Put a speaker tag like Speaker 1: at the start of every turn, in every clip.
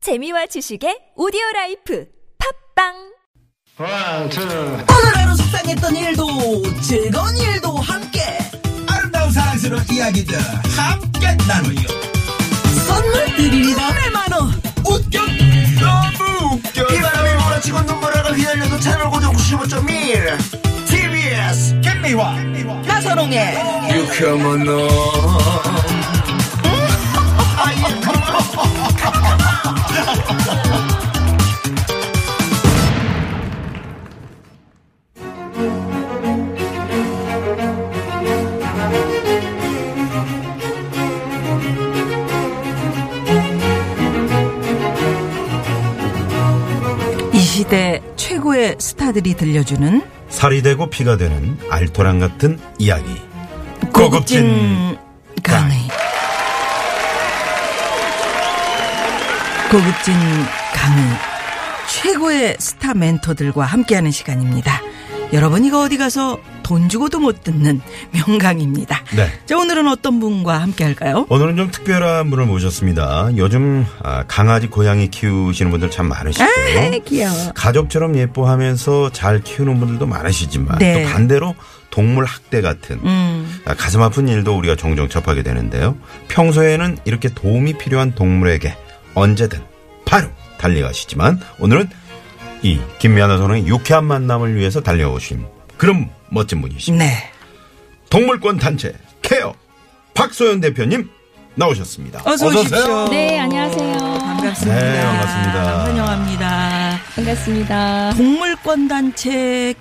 Speaker 1: 재미와 지식의 오디오 라이프 팝빵
Speaker 2: One, two.
Speaker 3: 오늘 하루 속상했던 일도 즐거운 일도 함께
Speaker 4: 아름다운 사랑스러운 이야기들 함께 나누요
Speaker 3: 선물 드립니다 100만원
Speaker 4: 웃겨 너무 웃겨
Speaker 5: 비바람이 몰아치고 눈보라가 휘날려도 채널 고정 95.1 TBS
Speaker 4: 김미화
Speaker 3: 나선홍의
Speaker 5: 유쾌한 너
Speaker 3: 이 시대 최고의 스타들이 들려주는
Speaker 6: 살이 되고 피가 되는 알토란 같은 이야기.
Speaker 3: 고급진 강의 고급진 강의 최고의 스타 멘토들과 함께하는 시간입니다 여러분 이거 어디 가서 돈 주고도 못 듣는 명강입니다
Speaker 6: 네.
Speaker 3: 자 오늘은 어떤 분과 함께 할까요?
Speaker 6: 오늘은 좀 특별한 분을 모셨습니다. 요즘 아, 강아지 고양이 키우시는 분들 참 많으시고요.
Speaker 3: 아, 귀여워.
Speaker 6: 가족처럼 예뻐하면서 잘 키우는 분들도 많으시지만
Speaker 3: 네. 음.
Speaker 6: 또 반대로 동물 학대 같은 아, 가슴 아픈 일도 우리가 종종 접하게 되는데요. 평소에는 이렇게 도움이 필요한 동물에게 언제든 바로 달려가시지만 오늘은 이 김미아나 선생의 유쾌한 만남을 위해서 달려오신 그런 멋진 분이십니다.
Speaker 3: 네
Speaker 6: 동물권 단체 케어 박소연 대표님 나오셨습니다.
Speaker 3: 어서,
Speaker 6: 어서
Speaker 3: 오십시오.
Speaker 7: 네, 안녕하세요.
Speaker 3: 반갑습니다.
Speaker 6: 네, 반갑습니다.
Speaker 3: 환영합니다.
Speaker 7: 반갑습니다.
Speaker 3: 동물권 단체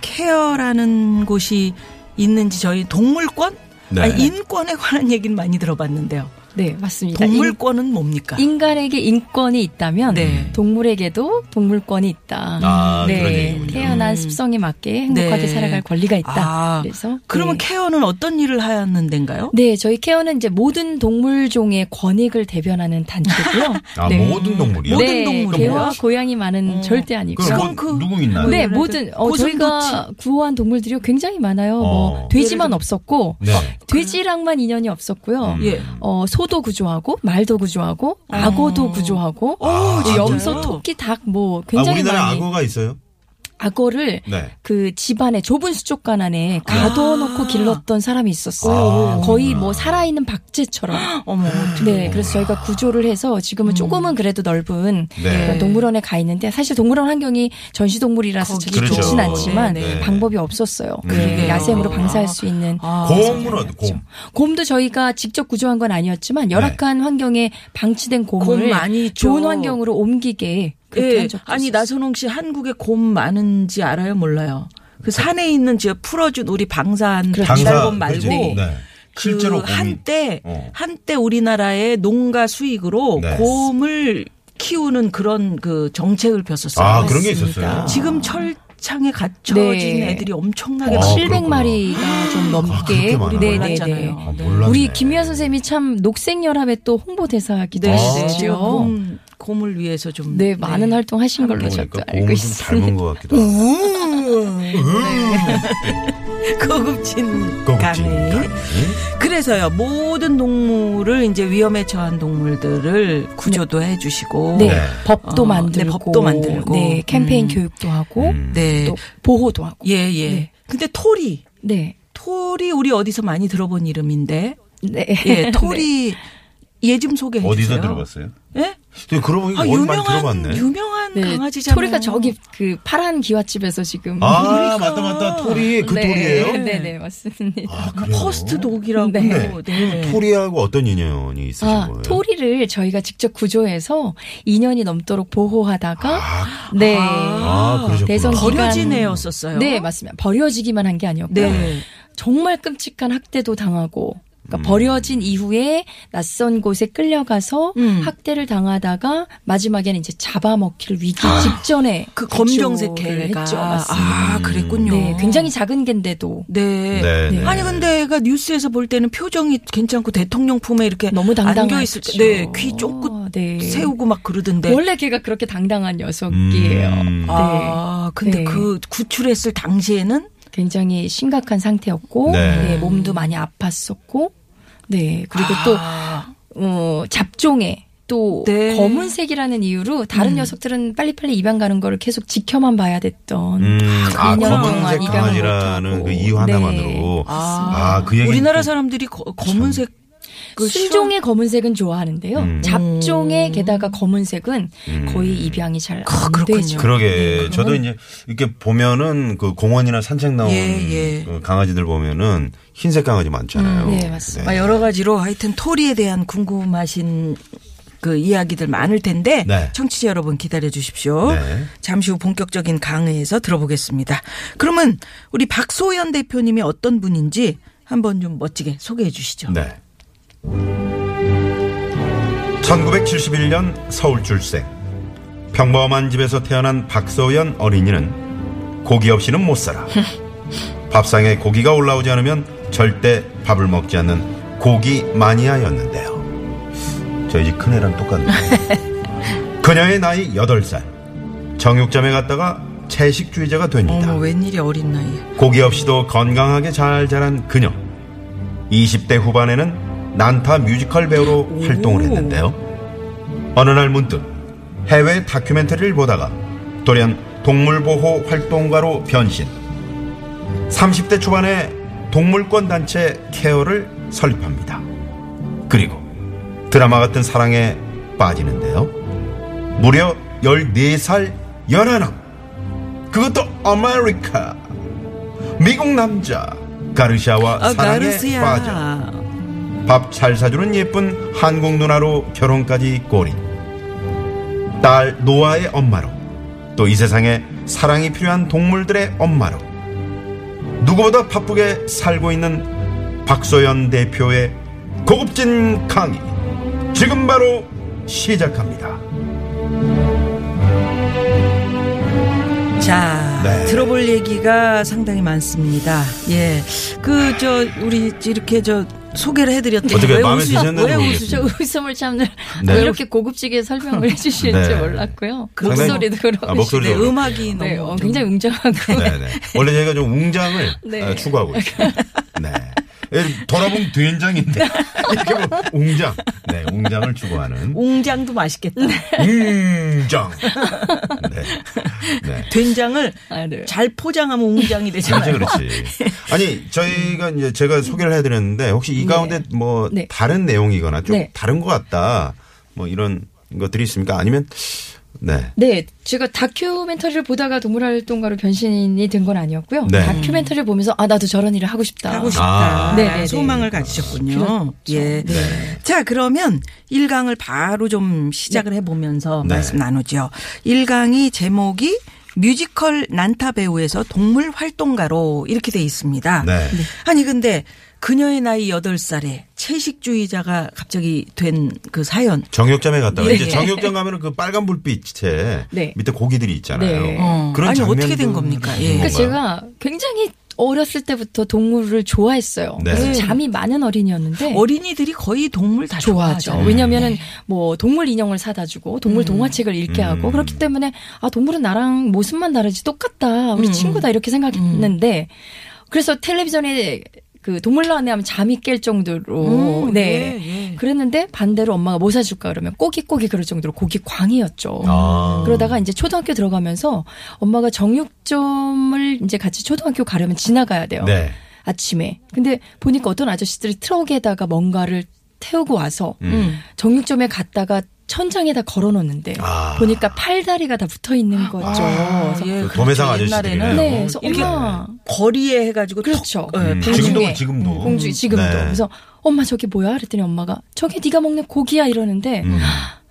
Speaker 3: 케어라는 곳이 있는지 저희 동물권?
Speaker 6: 네.
Speaker 3: 아니, 인권에 관한 얘기는 많이 들어봤는데요.
Speaker 7: 네, 맞습니다.
Speaker 3: 동물권은 뭡니까?
Speaker 7: 인, 간에게 인권이 있다면
Speaker 3: 네.
Speaker 7: 동물에게도 동물권이 있다.
Speaker 6: 아,
Speaker 7: 네,
Speaker 6: 그런 얘기군요.
Speaker 7: 태어난 습성에 맞게 행복하게
Speaker 3: 네.
Speaker 7: 살아갈 권리가 있다.
Speaker 3: 아,
Speaker 7: 그래서
Speaker 3: 그러면
Speaker 7: 네.
Speaker 3: 케어는 어떤 일을 하는 데인가요?
Speaker 7: 네, 저희 케어는 이제 모든 동물종의 권익을 대변하는 단체고요.
Speaker 6: 아,
Speaker 7: 네.
Speaker 6: 모든 동물이요?
Speaker 3: 모든
Speaker 7: 네,
Speaker 3: 동물이요?
Speaker 7: 개와 고양이만은 절대 아니고요.
Speaker 6: 그럼 뭐,
Speaker 3: 스컹크.
Speaker 6: 누구 있나요?
Speaker 7: 네,
Speaker 3: 뭐라도
Speaker 7: 모든 어, 저희가 구호한 동물들이 굉장히 많아요.
Speaker 6: 어.
Speaker 7: 뭐 돼지만 없었고
Speaker 6: 네.
Speaker 7: 돼지랑만 인연이 없었고요.
Speaker 6: 음.
Speaker 3: 예.
Speaker 7: 어, 소도 구조하고 말도 구조하고 악어도 구조하고
Speaker 3: 오,
Speaker 7: 또
Speaker 3: 진짜요?
Speaker 7: 염소, 토끼, 닭 뭐
Speaker 6: 아,
Speaker 7: 굉장히
Speaker 6: 우리나라
Speaker 7: 많이
Speaker 6: 악어가 있어요?
Speaker 7: 악어를
Speaker 6: 네.
Speaker 7: 그 집안에 좁은 수족관 안에 가둬놓고 길렀던 사람이 있었어요.
Speaker 6: 아,
Speaker 7: 거의 뭐 살아있는 박제처럼.
Speaker 3: 어머,
Speaker 6: 음.
Speaker 7: 네, 그래서 저희가 구조를 해서 지금은 조금은 그래도 넓은
Speaker 6: 네.
Speaker 7: 그런 동물원에 가 있는데 사실 동물원 환경이 전시동물이라서 저게
Speaker 6: 그렇죠.
Speaker 7: 좋진 않지만
Speaker 6: 네. 음. 아.
Speaker 7: 방법이 없었어요. 그
Speaker 6: 그러게요.
Speaker 7: 야생으로 방사할 수 있는
Speaker 6: 아,
Speaker 3: 아, 예.
Speaker 6: 곰은 어디, 곰.
Speaker 7: 곰도 저희가 직접 구조한 건 아니었지만 열악한 환경에 방치된
Speaker 3: 네. 곰
Speaker 7: 곰을
Speaker 3: 많이 있죠.
Speaker 7: 좋은 환경으로 옮기게 그렇게
Speaker 3: 예.
Speaker 7: 한 적도
Speaker 3: 아니
Speaker 7: 있었어요.
Speaker 3: 나선홍 씨 한국에 곰 많은지 알아요? 몰라요. 그 산에 있는 저 풀어준 우리 방사한
Speaker 7: 그렇죠.
Speaker 6: 방사,
Speaker 3: 달곰
Speaker 6: 그렇지.
Speaker 3: 그렇죠. 말고
Speaker 6: 네. 실제로
Speaker 3: 그
Speaker 6: 곰이-
Speaker 3: 한때
Speaker 6: 어.
Speaker 3: 한때 우리나라의 농가 수익으로
Speaker 6: 네.
Speaker 3: 곰을 키우는 그런 그 정책을 폈었어요.
Speaker 6: 아, 그런 게 있었어요.
Speaker 3: 지금 철창에 갇혀진
Speaker 7: 네.
Speaker 3: 애들이 엄청나게
Speaker 6: 아,
Speaker 3: 많-
Speaker 7: 700마리가 좀 넘게
Speaker 6: 그렇게 많아요?
Speaker 7: 네, 네, 네.
Speaker 3: 몰랐잖아요.
Speaker 6: 아, 몰랐네.
Speaker 7: 우리 김희아 선생님이 참 녹색연합의 또 홍보대사기도
Speaker 6: 아.
Speaker 3: 네, 네. 제가
Speaker 7: 하시죠.
Speaker 3: 곰, 곰을 위해서 좀
Speaker 7: 그렇죠. 네, 많은 활동 하신 걸로 저도
Speaker 6: 보니까
Speaker 7: 알고
Speaker 6: 그러니까 곰은 좀
Speaker 7: 있습니다.
Speaker 6: 닮은 것 같기도 하고.
Speaker 3: 고급진
Speaker 6: 고급진
Speaker 3: 강의.
Speaker 6: 네.
Speaker 3: 그래서요 모든 동물을 이제 위험에 처한 동물들을 구조도 해주시고
Speaker 7: 네,
Speaker 6: 네.
Speaker 7: 법도
Speaker 3: 어, 네,
Speaker 7: 만들고,
Speaker 3: 법도 만들고.
Speaker 7: 네, 캠페인
Speaker 3: 음.
Speaker 7: 교육도 하고,
Speaker 6: 음.
Speaker 3: 네.
Speaker 7: 또 보호도 하고,
Speaker 3: 예, 예.
Speaker 7: 네.
Speaker 3: 근데 토리.
Speaker 7: 네,
Speaker 3: 토리 우리 어디서 많이 들어본 이름인데.
Speaker 7: 네,
Speaker 3: 예, 토리 얘 좀 소개해 주세요.
Speaker 6: 어디서 들어봤어요?
Speaker 3: 그렇죠? 예?
Speaker 6: 네, 그러고 보니까
Speaker 3: 아,
Speaker 6: 어디 많이
Speaker 3: 유명한
Speaker 6: 들어봤네.
Speaker 3: 유명한
Speaker 7: 네,
Speaker 3: 강아지잖아요.
Speaker 7: 소리가 저기 그 파란 기와집에서 지금
Speaker 6: 아, 맞다, 맞다. 토리, 그
Speaker 7: 네.
Speaker 6: 토리예요
Speaker 7: 네, 네, 맞습니다.
Speaker 6: 아, 그래요?
Speaker 3: 퍼스트 독이라고.
Speaker 6: 네.
Speaker 3: 네.
Speaker 6: 토리하고 어떤 인연이 있으신
Speaker 7: 아,
Speaker 6: 거예요?
Speaker 7: 토리를 저희가 직접 구조해서 2년이 넘도록 보호하다가
Speaker 6: 아,
Speaker 7: 네.
Speaker 6: 아, 그러셨구나.
Speaker 7: 대성 기간-
Speaker 3: 버려진 애였었어요.
Speaker 7: 네, 맞습니다. 버려지기만 한 게 아니었고
Speaker 3: 네.
Speaker 7: 정말 끔찍한 학대도 당하고 그러니까
Speaker 6: 음.
Speaker 7: 버려진 이후에 낯선 곳에 끌려가서
Speaker 3: 음.
Speaker 7: 학대를 당하다가 마지막에는 이제 잡아먹힐 위기 직전에
Speaker 3: 그 검정색
Speaker 7: 구조를
Speaker 3: 개가
Speaker 7: 했죠. 맞습니다.
Speaker 3: 아, 그랬군요.
Speaker 7: 네, 굉장히 작은 개인데도
Speaker 3: 네.
Speaker 6: 네, 네.
Speaker 3: 아니 근데 애가 뉴스에서 볼 때는 표정이 괜찮고 대통령 품에 이렇게
Speaker 7: 너무
Speaker 3: 안겨
Speaker 7: 당당했을
Speaker 3: 있을 때, 네, 귀 쫑긋 세우고 막 그러던데.
Speaker 7: 원래 걔가 그렇게 당당한 녀석이에요.
Speaker 6: 네. 음.
Speaker 7: 네.
Speaker 3: 아, 근데
Speaker 7: 네.
Speaker 3: 그 구출했을 당시에는
Speaker 7: 굉장히 심각한 상태였고
Speaker 6: 네.
Speaker 7: 네, 아, 몸도 많이 아팠었고 네 그리고 또 어, 잡종에 또
Speaker 3: 아. 네.
Speaker 7: 검은색이라는 이유로
Speaker 6: 음.
Speaker 7: 다른 녀석들은 빨리빨리 입양 가는 거를 계속 지켜만 봐야 됐던
Speaker 6: 음, 아,
Speaker 7: 이 년 동안
Speaker 6: 검은색
Speaker 7: 입양을
Speaker 6: 강아지라는
Speaker 7: 못하고.
Speaker 6: 그 이유 하나만으로.
Speaker 7: 네.
Speaker 6: 아, 그 얘기.
Speaker 3: 우리나라 사람들이 거- 검은색 그
Speaker 7: 순종의 검은색은 좋아하는데요.
Speaker 6: 음.
Speaker 7: 잡종의 게다가 검은색은
Speaker 6: 음.
Speaker 7: 거의 입양이 잘
Speaker 3: 크,
Speaker 7: 안
Speaker 3: 그렇군요.
Speaker 7: 되죠.
Speaker 6: 그러게. 저도 이제 이렇게 보면은 그 공원이나 산책 나온
Speaker 3: 예, 예.
Speaker 6: 그 강아지들 보면은 흰색 강아지 많잖아요.
Speaker 7: 음, 네, 맞습니다.
Speaker 3: 막 여러 가지로 하여튼 토리에 대한 궁금하신 그 이야기들 많을 텐데
Speaker 6: 네.
Speaker 3: 청취자 여러분 기다려 주십시오.
Speaker 6: 네.
Speaker 3: 잠시 후 본격적인 강의에서 들어보겠습니다. 그러면 우리 박소연 대표님이 어떤 분인지 한번 좀 멋지게 소개해 주시죠.
Speaker 6: 네. 1971년 서울 출생. 평범한 집에서 태어난 박서연 어린이는 고기 없이는 못 살아. 밥상에 고기가 올라오지 않으면 절대 밥을 먹지 않는 고기 마니아였는데요. 저희 집 큰애랑 똑같네. 그녀의 나이 8살. 정육점에 갔다가 채식주의자가 됩니다.
Speaker 3: 어머 웬일이 어린 나이에.
Speaker 6: 고기 없이도 건강하게 잘 자란 그녀. 20대 후반에는 난타 뮤지컬 배우로 활동을 했는데요. 어느 날 문득 해외 다큐멘터리를 보다가 돌연 동물보호 활동가로 변신. 30대 초반에 동물권 단체 케어를 설립합니다. 그리고 드라마 같은 사랑에 빠지는데요. 무려 14살 연하남. 그것도 아메리카. 미국 남자 가르샤와
Speaker 3: 아
Speaker 6: 사랑에
Speaker 3: 가르시아.
Speaker 6: 빠져 밥 잘 사주는 예쁜 한국 누나로 결혼까지 꼬린 딸 노아의 엄마로 또 이 세상에 사랑이 필요한 동물들의 엄마로 누구보다 바쁘게 살고 있는 박소연 대표의 고급진 강의 지금 바로 시작합니다.
Speaker 3: 자,
Speaker 6: 네.
Speaker 3: 들어볼 얘기가 상당히 많습니다. 예. 그, 저, 우리 이렇게 저 소개를 해드렸더니.
Speaker 6: 어떻게
Speaker 3: 왜
Speaker 6: 마음에
Speaker 3: 웃으-
Speaker 6: 드셨나요?
Speaker 3: 왜
Speaker 7: 왜
Speaker 3: 웃으-
Speaker 7: 웃으셔 웃음을 참는
Speaker 6: 네.
Speaker 7: 왜 이렇게 고급지게 설명을 해주시는 줄
Speaker 6: 네.
Speaker 7: 몰랐고요.
Speaker 6: 상당히-
Speaker 7: 목소리도 그렇고.
Speaker 6: 아, 목소리도
Speaker 3: 네,
Speaker 6: 그렇고.
Speaker 3: 음악이 너무.
Speaker 7: 네, 어, 굉장히 웅장하고.
Speaker 6: 네네. 원래 저희가 좀 웅장을
Speaker 7: 네.
Speaker 6: 어, 추구하고 있어요. 네. 예, 돌아보면 된장인데 이게 뭐 웅장. 네, 웅장을 추구하는
Speaker 3: 웅장도 맛있겠다.
Speaker 6: 웅장. 네. 네.
Speaker 3: 된장을
Speaker 7: 아, 네.
Speaker 3: 잘 포장하면 웅장이
Speaker 6: 그렇지,
Speaker 3: 되잖아요.
Speaker 6: 그렇지. 아니, 저희가 이제 제가 소개를 해드렸는데, 혹시 이 가운데 뭐,
Speaker 7: 네.
Speaker 6: 다른 내용이거나 좀
Speaker 7: 네.
Speaker 6: 다른 것 같다. 뭐, 이런 것들이 있습니까? 아니면, 네.
Speaker 7: 네, 제가 다큐멘터리를 보다가 동물활동가로 변신이 된 건 아니었고요.
Speaker 6: 네.
Speaker 7: 다큐멘터리를 보면서 아 나도 저런 일을 하고 싶다.
Speaker 3: 하고 싶다.
Speaker 6: 아.
Speaker 7: 네네네.
Speaker 3: 소망을 가지셨군요.
Speaker 7: 그렇죠.
Speaker 3: 예. 자, 그러면 1강을 바로 좀 시작을 해보면서
Speaker 6: 네.
Speaker 3: 말씀 나누죠. 1강이 제목이 뮤지컬 난타 배우에서 동물 활동가로 이렇게 돼 있습니다.
Speaker 6: 네. 네.
Speaker 3: 아니, 근데 그녀의 나이 8살에 채식주의자가 갑자기 된 그 사연.
Speaker 6: 정육점에 갔다가
Speaker 7: 네.
Speaker 6: 이제 정육점 가면은 그 빨간 불빛에
Speaker 7: 네.
Speaker 6: 밑에 고기들이 있잖아요.
Speaker 7: 네.
Speaker 3: 어. 아니, 어떻게
Speaker 6: 장면들이
Speaker 3: 된 겁니까? 예.
Speaker 7: 그러니까
Speaker 6: 뭔가요?
Speaker 7: 제가 굉장히 어렸을 때부터 동물을 좋아했어요.
Speaker 6: 네.
Speaker 7: 그래서 잠이 많은 음. 어린이였는데
Speaker 3: 어린이들이 거의 동물 다 네. 좋아하죠.
Speaker 6: 음.
Speaker 7: 좋아하죠. 음. 왜냐면은 뭐 동물 인형을 사다 주고 동물 동화책을 읽게
Speaker 6: 음.
Speaker 7: 하고 그렇기 때문에 아 동물은 나랑 모습만 다르지 똑같다. 우리 친구다 이렇게 생각했는데 그래서 텔레비전에 그 동물원에 하면 잠이 깰 정도로
Speaker 3: 음,
Speaker 7: 네.
Speaker 3: 예, 예.
Speaker 7: 그랬는데 반대로 엄마가 뭐 사줄까 그러면 꼬기꼬기 그럴 정도로 고기 광이었죠.
Speaker 6: 아.
Speaker 7: 그러다가 이제 초등학교 들어가면서 엄마가 정육점을 이제 같이 초등학교 가려면 지나가야 돼요.
Speaker 6: 네.
Speaker 7: 아침에. 근데 보니까 어떤 아저씨들이 트럭에다가 뭔가를 태우고 와서
Speaker 6: 음.
Speaker 7: 정육점에 갔다가 천장에다 걸어놓는데
Speaker 6: 아.
Speaker 7: 보니까 팔다리가 다 붙어 있는 거죠.
Speaker 3: 아,
Speaker 7: 그래서
Speaker 3: 예,
Speaker 6: 그
Speaker 3: 그렇죠.
Speaker 6: 도매상
Speaker 3: 옛날에는 어,
Speaker 6: 아저씨들이네요.
Speaker 7: 네, 그래서
Speaker 3: 이렇게
Speaker 7: 엄마
Speaker 3: 거리에 해가지고
Speaker 7: 그렇죠.
Speaker 3: 턱, 예,
Speaker 6: 음,
Speaker 3: 방-
Speaker 6: 지금도,
Speaker 7: 나중에
Speaker 6: 지금도.
Speaker 7: 공주 지금도.
Speaker 6: 네.
Speaker 7: 그래서 엄마 저게 뭐야? 그랬더니 엄마가 저게 네가 먹는 고기야 이러는데
Speaker 6: 음.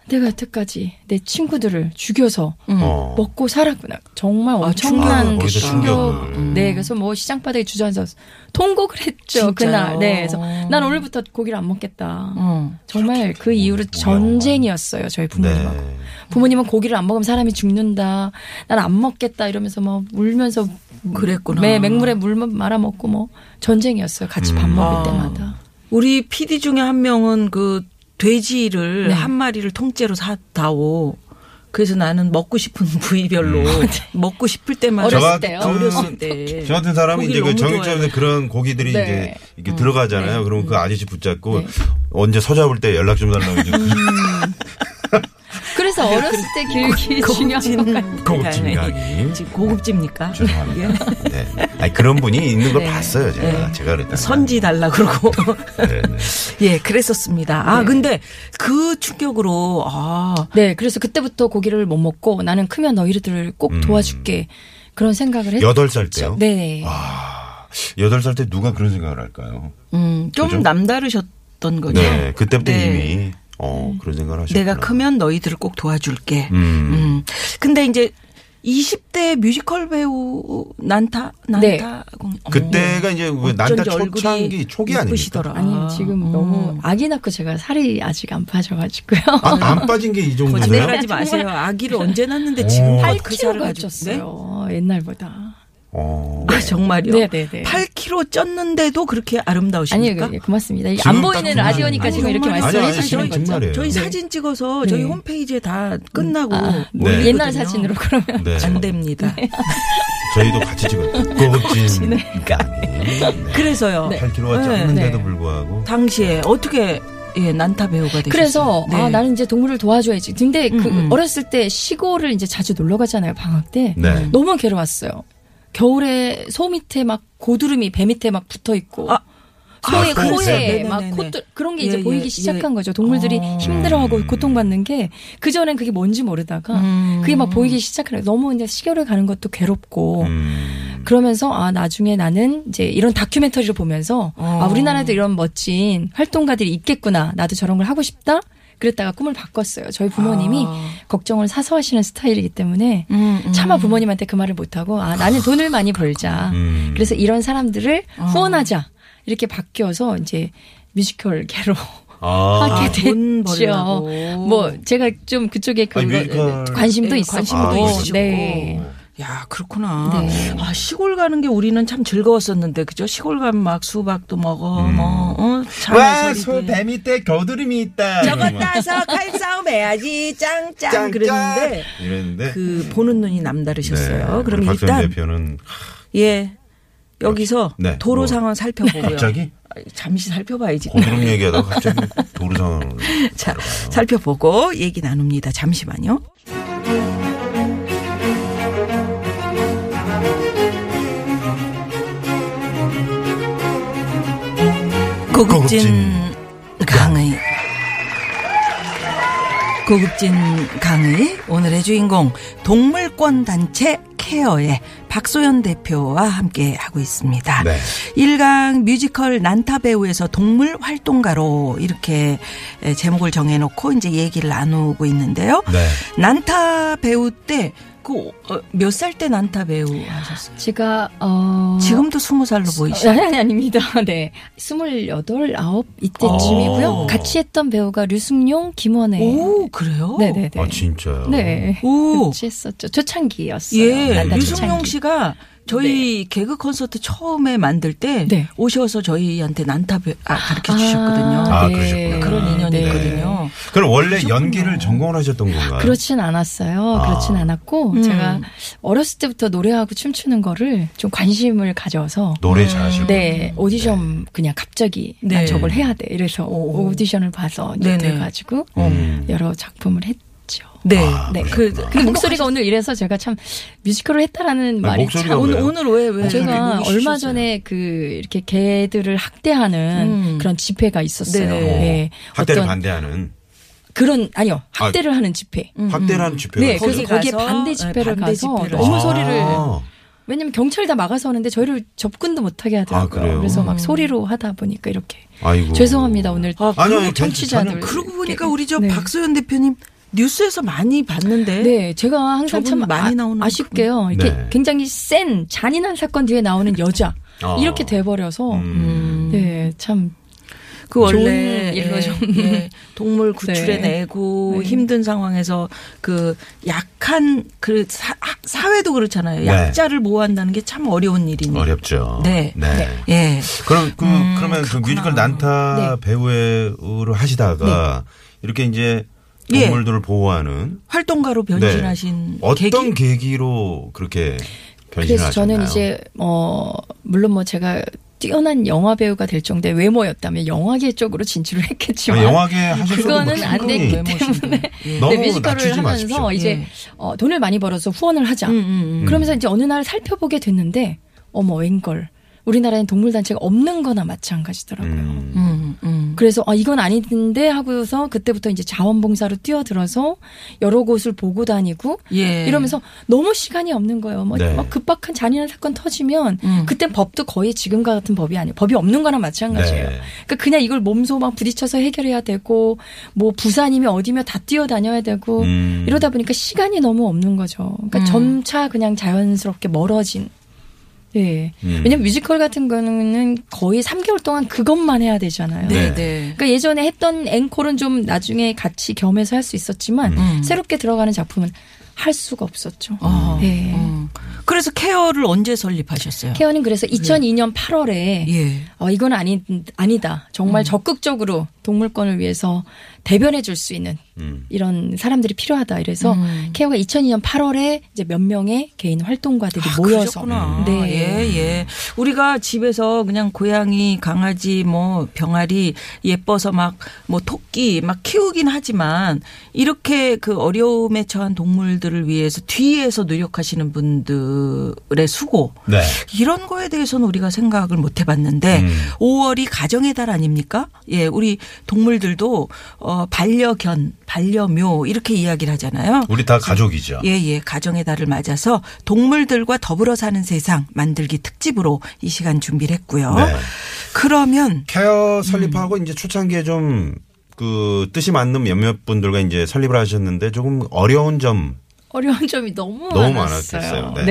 Speaker 7: 내가 여태까지 내 친구들을 죽여서
Speaker 3: 음.
Speaker 6: 어.
Speaker 7: 먹고 살았구나. 정말
Speaker 6: 아,
Speaker 7: 엄청난
Speaker 6: 거기서
Speaker 7: 충격.
Speaker 3: 음.
Speaker 6: 충격을.
Speaker 7: 네, 그래서 뭐 시장 바닥에 주저앉아서 통곡을 했죠
Speaker 3: 진짜요?
Speaker 7: 그날. 네, 그래서 난 오늘부터 고기를 안 먹겠다.
Speaker 3: 어.
Speaker 7: 정말 그 이후로 전쟁이었어요 저희 부모님하고.
Speaker 6: 네.
Speaker 7: 부모님은 고기를 안 먹으면 사람이 죽는다. 난 안 먹겠다 이러면서 막 울면서
Speaker 3: 그랬구나.
Speaker 7: 매, 맹물에 물만 말아 먹고 뭐 전쟁이었어요. 같이 밥
Speaker 3: 아.
Speaker 7: 먹을 때마다.
Speaker 3: 우리 PD 중에 한 명은 그 돼지를
Speaker 7: 네.
Speaker 3: 한 마리를 통째로 사다오. 그래서 나는 먹고 싶은 부위별로
Speaker 6: 음.
Speaker 3: 먹고 싶을 때만
Speaker 7: 어렸을
Speaker 6: 저
Speaker 7: 때요?
Speaker 6: 같은-
Speaker 3: 어렸을 때.
Speaker 6: 저 같은 사람은 이제 그
Speaker 3: 고기를 너무 음.
Speaker 6: 정육점에서 그런 고기들이
Speaker 7: 네.
Speaker 6: 이제
Speaker 3: 네.
Speaker 6: 이렇게
Speaker 3: 음.
Speaker 6: 들어가잖아요. 그러면 그 아저씨 붙잡고 언제 서잡을 때 연락 좀 달라고 이제
Speaker 3: 아,
Speaker 7: 그래서 어렸을 때 교육이 중요한 것 같아요.
Speaker 6: 고급진
Speaker 3: 네.
Speaker 6: 강의.
Speaker 3: 지금 고급집니까?
Speaker 6: 죄송합니다.
Speaker 3: 예.
Speaker 6: 네. 아니, 그런 분이 있는 걸
Speaker 7: 네.
Speaker 6: 봤어요, 제가. 제가 그랬다.
Speaker 3: 선지 달라 그러고.
Speaker 6: 네, 네.
Speaker 3: 예, 그랬었습니다. 아, 근데 그 충격으로, 아,
Speaker 7: 네, 그래서 그때부터 고기를 못 먹고 나는 크면 너희들을 꼭 도와줄게 그런 생각을 했죠.
Speaker 6: 음. 여덟 아. 살 때요?
Speaker 7: 네.
Speaker 6: 여덟 살 때 누가 그런 생각을 할까요?
Speaker 3: 음, 좀
Speaker 6: 그죠?
Speaker 3: 남다르셨던 거죠.
Speaker 6: 네. 그때부터
Speaker 3: 네.
Speaker 6: 이미, 어, 그런 생각을 하셨구나.
Speaker 3: 내가 크면 너희들을 꼭 도와줄게. 음.
Speaker 6: 음.
Speaker 3: 근데 이제 20대 뮤지컬 배우 난타,
Speaker 7: 네.
Speaker 3: 난타. 공
Speaker 6: 어. 그때가 이제 그 난타 초창기 초기 아닙니까? 음.
Speaker 3: 예쁘시더라.
Speaker 7: 아니 지금
Speaker 3: 음.
Speaker 7: 너무 아기 낳고 제가 살이 아직 안 빠져가지고요.
Speaker 6: 아, 안 빠진 게 이 정도예요?
Speaker 3: 거짓말하지 마세요. 아기를 언제 낳는데
Speaker 6: 오.
Speaker 3: 지금 그
Speaker 6: 팔
Speaker 7: 8kg가
Speaker 3: 가지고- 네?
Speaker 7: 쪘어요. 옛날보다.
Speaker 6: 어.
Speaker 3: 아 정말요?
Speaker 7: 네, 네, 네.
Speaker 3: 8kg 쪘는데도 그렇게
Speaker 7: 아니요,
Speaker 3: 아름다우십니까?
Speaker 7: 그- 고맙습니다. 이게
Speaker 6: 지금
Speaker 7: 안
Speaker 6: 딱
Speaker 7: 보이는
Speaker 6: 정말-
Speaker 7: 라디오니까
Speaker 6: 아니,
Speaker 7: 지금 이렇게
Speaker 3: 정말-
Speaker 7: 말씀해
Speaker 6: 아니, 아니,
Speaker 7: 주시는
Speaker 6: 지금
Speaker 7: 거죠.
Speaker 6: 정말이에요.
Speaker 3: 저희
Speaker 6: 네.
Speaker 3: 사진 찍어서 저희
Speaker 7: 네.
Speaker 3: 홈페이지에 다 끝나고
Speaker 7: 아,
Speaker 6: 네.
Speaker 7: 옛날 사진으로 그러면
Speaker 6: 네.
Speaker 3: 안 됩니다.
Speaker 6: 저희도 같이 찍었어요. 고급진 강의. 네.
Speaker 3: 그래서요.
Speaker 6: 8kg가
Speaker 3: 네.
Speaker 6: 쪘는데도
Speaker 7: 네.
Speaker 6: 불구하고
Speaker 3: 당시에 어떻게 예, 난타 배우가 되셨어요? 네.
Speaker 7: 그래서 아 나는 이제 동물을 도와줘야지. 근데 그
Speaker 3: 음, 음.
Speaker 7: 어렸을 때 시골을 이제 자주 놀러 가잖아요 방학 때.
Speaker 6: 네.
Speaker 3: 음.
Speaker 7: 너무 괴로웠어요. 겨울에 소 밑에 막 고두름이 배 밑에 막 붙어 있고.
Speaker 3: 아,
Speaker 7: 소의
Speaker 6: 아, 그래요?
Speaker 7: 코에
Speaker 3: 네네네네.
Speaker 7: 막 콧들 그런 게 이제
Speaker 3: 예, 예,
Speaker 7: 보이기
Speaker 3: 예.
Speaker 7: 시작한 거죠. 동물들이
Speaker 3: 어.
Speaker 7: 힘들어하고
Speaker 6: 음.
Speaker 7: 고통받는 게그 전엔 그게 뭔지 모르다가
Speaker 3: 음.
Speaker 7: 그게 막 보이기 시작해요. 너무 이제 시골을 가는 것도 괴롭고
Speaker 6: 음.
Speaker 7: 그러면서 아 나중에 나는 이제 이런 다큐멘터리를 보면서 아
Speaker 3: 어.
Speaker 7: 우리나라에도 이런 멋진 활동가들이 있겠구나 나도 저런 걸 하고 싶다 그랬다가 꿈을 바꿨어요 저희 부모님이 걱정을 사서 하시는 스타일이기 때문에
Speaker 3: 아. 음, 음.
Speaker 7: 차마 부모님한테 그 말을 못하고 아 나는 돈을 많이 벌자
Speaker 6: 음.
Speaker 7: 그래서 이런 사람들을
Speaker 3: 어.
Speaker 7: 후원하자 이렇게 바뀌어서 이제 뮤지컬계로
Speaker 6: 아.
Speaker 7: 하게
Speaker 3: 돈
Speaker 7: 됐죠.
Speaker 3: 벌려고.
Speaker 7: 뭐 제가 좀 그쪽에 그
Speaker 6: 아니, 뮤지컬-
Speaker 7: 관심도
Speaker 3: 예,
Speaker 7: 있었고,
Speaker 3: 관심도
Speaker 6: 아,
Speaker 3: 있으시고.
Speaker 7: 네.
Speaker 3: 야, 그렇구나.
Speaker 7: 네.
Speaker 3: 아, 시골 가는 게 우리는 참 즐거웠었는데, 그죠? 시골 가면 막 수박도 먹어, 뭐, 어,
Speaker 6: 음. 와,
Speaker 3: 자네
Speaker 6: 소
Speaker 3: 소리도 해.
Speaker 6: 뱀 밑에 겨드름이 있다.
Speaker 3: 저거
Speaker 6: 이러면 막
Speaker 3: 따서 칼싸움 해야지, 짱짱. 그랬는데,
Speaker 6: 이랬는데.
Speaker 3: 그, 보는 눈이 남다르셨어요.
Speaker 6: 네,
Speaker 3: 그럼
Speaker 6: 우리 박수현
Speaker 3: 일단,
Speaker 6: 대표는
Speaker 3: 예. 여기서
Speaker 6: 네,
Speaker 3: 도로
Speaker 6: 뭐.
Speaker 3: 상황 살펴보고요.
Speaker 6: 갑자기
Speaker 3: 아, 잠시 살펴봐야지.
Speaker 6: 고드름 얘기하다가 갑자기 도로 상황을
Speaker 3: 자, 살펴보고 얘기 나눕니다. 잠시만요. 고급진 강의. 고급진 강의 오늘의 주인공 동물권 단체 케어의 박소연 대표와 함께 하고 있습니다.
Speaker 6: 네.
Speaker 3: 일강 뮤지컬 난타 배우에서 동물 활동가로 이렇게 에, 제목을 정해놓고 이제 얘기를 나누고 있는데요.
Speaker 6: 네.
Speaker 3: 난타 배우 때 그 몇 살 때 난타 배우 하셨어요?
Speaker 7: 제가 어
Speaker 3: 지금도 스무 살로 보이시죠?
Speaker 7: 아니, 아니, 아닙니다. 네. 28, 9 이때쯤이고요.
Speaker 6: 어.
Speaker 7: 같이 했던 배우가 류승룡, 김원혜.
Speaker 3: 오 그래요?
Speaker 7: 네. 네네네.
Speaker 6: 아, 진짜요?
Speaker 7: 네.
Speaker 3: 오
Speaker 7: 같이 했었죠. 초창기였어요.
Speaker 3: 예,
Speaker 7: 난다
Speaker 3: 류승용
Speaker 7: 초창기.
Speaker 3: 씨가 저희 개그 콘서트 처음에 만들 때
Speaker 7: 네.
Speaker 3: 오셔서 저희한테 난타 배, 아, 가르쳐 주셨거든요.
Speaker 6: 아,
Speaker 7: 네.
Speaker 6: 그러셨구나.
Speaker 3: 그런 인연이
Speaker 7: 네.
Speaker 3: 있거든요.
Speaker 6: 그럼 원래 연기를 전공을 하셨던 건가요?
Speaker 7: 그렇진 않았어요.
Speaker 6: 아.
Speaker 7: 그렇진 않았고
Speaker 3: 음.
Speaker 7: 제가 어렸을 때부터 노래하고 춤추는 거를 좀 관심을 가져서
Speaker 6: 노래 잘하시고.
Speaker 7: 네 오디션 그냥 갑자기 난
Speaker 3: 네.
Speaker 7: 저걸 해야 돼 이래서
Speaker 3: 오.
Speaker 7: 오디션을 봐서 이제
Speaker 3: 네네.
Speaker 7: 돼가지고
Speaker 6: 음.
Speaker 7: 여러 작품을 했죠.
Speaker 3: 네.
Speaker 6: 아,
Speaker 7: 네.
Speaker 3: 그,
Speaker 6: 그러셨구나.
Speaker 7: 그 목소리가 오늘 이래서 제가 참 뮤지컬을 했다라는 말이
Speaker 6: 목소리가
Speaker 7: 참
Speaker 3: 오늘,
Speaker 6: 그래요?
Speaker 3: 오늘 왜, 왜?
Speaker 7: 제가
Speaker 3: 목이
Speaker 7: 얼마
Speaker 3: 쉬셨어요?
Speaker 7: 전에 그 이렇게 개들을 학대하는
Speaker 3: 음.
Speaker 7: 그런 집회가 있었어요.
Speaker 3: 네네.
Speaker 6: 어.
Speaker 7: 네.
Speaker 6: 학대를
Speaker 7: 어떤
Speaker 6: 반대하는
Speaker 7: 그런 아니요 학대를 하는 집회.
Speaker 6: 음. 학대라는 집회가
Speaker 7: 음, 네,
Speaker 6: 있어요.
Speaker 7: 그래서 거기에
Speaker 3: 가서,
Speaker 7: 반대
Speaker 3: 네,
Speaker 7: 집회를
Speaker 3: 반대
Speaker 7: 가서
Speaker 3: 집회를
Speaker 7: 너무
Speaker 3: 아.
Speaker 7: 소리를 왜냐면 경찰이 다 막아서 하는데 저희를 접근도 못하게 하더라고요.
Speaker 6: 그래요?
Speaker 7: 그래서 막 소리로 하다 보니까 이렇게
Speaker 6: 아이고.
Speaker 7: 죄송합니다 오늘
Speaker 3: 아,
Speaker 6: 아니요,
Speaker 7: 그
Speaker 6: 아니요,
Speaker 7: 청취자들.
Speaker 6: 괜찮아요.
Speaker 3: 그러고 보니까
Speaker 7: 이렇게.
Speaker 3: 우리 저
Speaker 7: 네.
Speaker 3: 박소연 대표님 뉴스에서 많이 봤는데.
Speaker 7: 네, 제가 항상 참
Speaker 3: 저분 많이 나오는
Speaker 7: 아, 쉽게요 이렇게
Speaker 6: 네.
Speaker 7: 굉장히 센 잔인한 사건 뒤에 나오는 여자
Speaker 6: 아.
Speaker 7: 이렇게 돼버려서
Speaker 6: 음.
Speaker 7: 네, 참
Speaker 3: 그
Speaker 7: 좋은
Speaker 3: 원래
Speaker 7: 일로
Speaker 3: 예,
Speaker 7: 좀.
Speaker 3: 예, 동물 구출해
Speaker 7: 네.
Speaker 3: 내고
Speaker 7: 네.
Speaker 3: 힘든 상황에서 그 약한 그 사, 회도 그렇잖아요.
Speaker 6: 네.
Speaker 3: 약자를 보호한다는 게 참 어려운
Speaker 7: 음.
Speaker 3: 일이니.
Speaker 6: 어렵죠.
Speaker 3: 네.
Speaker 6: 네.
Speaker 3: 예.
Speaker 6: 그럼 그 그러면 그 뮤지컬
Speaker 7: 네.
Speaker 6: 난타 배우로 하시다가 이렇게 이제
Speaker 3: 예.
Speaker 6: 동물들을 보호하는
Speaker 3: 활동가로
Speaker 6: 네.
Speaker 3: 변신하신
Speaker 6: 어떤
Speaker 3: 계기.
Speaker 6: 계기? 로 그렇게 변신을
Speaker 7: 그래서
Speaker 6: 하셨나요?
Speaker 7: 저는 이제 어 물론 뭐 제가 뛰어난 영화 배우가 될 정도의 외모였다면 영화계 쪽으로 진출을 했겠지만
Speaker 6: 아, 영화계 하실 뭐
Speaker 7: 그거는 안
Speaker 6: 충분히
Speaker 7: 되기 때문에
Speaker 6: 너무
Speaker 7: 네, 뮤지컬을
Speaker 6: 낮추지
Speaker 7: 하면서
Speaker 6: 마십시오. 음.
Speaker 7: 이제
Speaker 3: 예.
Speaker 7: 어, 돈을 많이 벌어서 후원을 하자.
Speaker 3: 음,
Speaker 7: 그러면서 이제 어느 날 살펴보게 됐는데 어머 웬걸 우리나라엔 동물 단체가 없는 거나 마찬가지더라고요.
Speaker 6: 음.
Speaker 3: 음, 음.
Speaker 7: 그래서 아 이건 아닌데 하고서 그때부터 이제 자원봉사로 뛰어들어서 여러 곳을 보고 다니고
Speaker 3: 예.
Speaker 7: 이러면서 너무 시간이 없는 거예요. 뭐
Speaker 6: 네.
Speaker 7: 막 급박한 잔인한 사건 터지면
Speaker 3: 음.
Speaker 7: 그땐 법도 거의 지금과 같은 법이 아니에요. 법이 없는 거나 마찬가지예요.
Speaker 6: 네.
Speaker 7: 그러니까 그냥 이걸 몸소 막 부딪혀서 해결해야 되고 뭐 부산이면 어디면 다 뛰어다녀야 되고
Speaker 6: 음.
Speaker 7: 이러다 보니까 시간이 너무 없는 거죠. 그러니까
Speaker 3: 음.
Speaker 7: 점차 그냥 자연스럽게 멀어진. 예.
Speaker 6: 음.
Speaker 7: 왜냐면 뮤지컬 같은 거는 거의 3개월 동안 그것만 해야 되잖아요.
Speaker 3: 네,
Speaker 6: 네.
Speaker 3: 네.
Speaker 7: 그러니까 예전에 했던 앵콜은 좀 나중에 같이 겸해서 할 수 있었지만
Speaker 3: 음.
Speaker 7: 새롭게 들어가는 작품은 할 수가 없었죠.
Speaker 3: 어,
Speaker 7: 네.
Speaker 3: 음. 그래서 케어를 언제 설립하셨어요?
Speaker 7: 케어는 그래서 2002년 8월에
Speaker 3: 네. 예.
Speaker 7: 어, 이건 아니, 아니다. 정말 적극적으로 동물권을 위해서 대변해 줄 수 있는
Speaker 6: 음.
Speaker 7: 이런 사람들이 필요하다. 이래서 케어가 2002년 8월에 이제 몇 명의 개인 활동가들이 모여서
Speaker 3: 아, 그러셨구나.
Speaker 7: 네.
Speaker 3: 예, 예. 우리가 집에서 그냥 고양이, 강아지, 뭐 병아리 예뻐서 막 뭐 토끼 막 키우긴 하지만 이렇게 그 어려움에 처한 동물들을 위해서 뒤에서 노력하시는 분들의 수고
Speaker 6: 네.
Speaker 3: 이런 거에 대해서는 우리가 생각을 못 해봤는데
Speaker 6: 음.
Speaker 3: 5월이 가정의 달 아닙니까? 예, 우리 동물들도 어 반려견, 반려묘 이렇게 이야기를 하잖아요.
Speaker 6: 우리 다 가족이죠.
Speaker 3: 예, 예. 가정의 달을 맞아서 동물들과 더불어 사는 세상 만들기 특집으로 이 시간 준비를 했고요.
Speaker 6: 네.
Speaker 3: 그러면
Speaker 7: 음.
Speaker 6: 케어 설립하고 이제 초창기에 좀 그 뜻이 맞는 몇몇 분들과 이제 설립을 하셨는데 조금 어려운 점
Speaker 7: 어려운 점이 너무,
Speaker 6: 너무
Speaker 7: 많았어요.
Speaker 6: 많았겠어요. 네.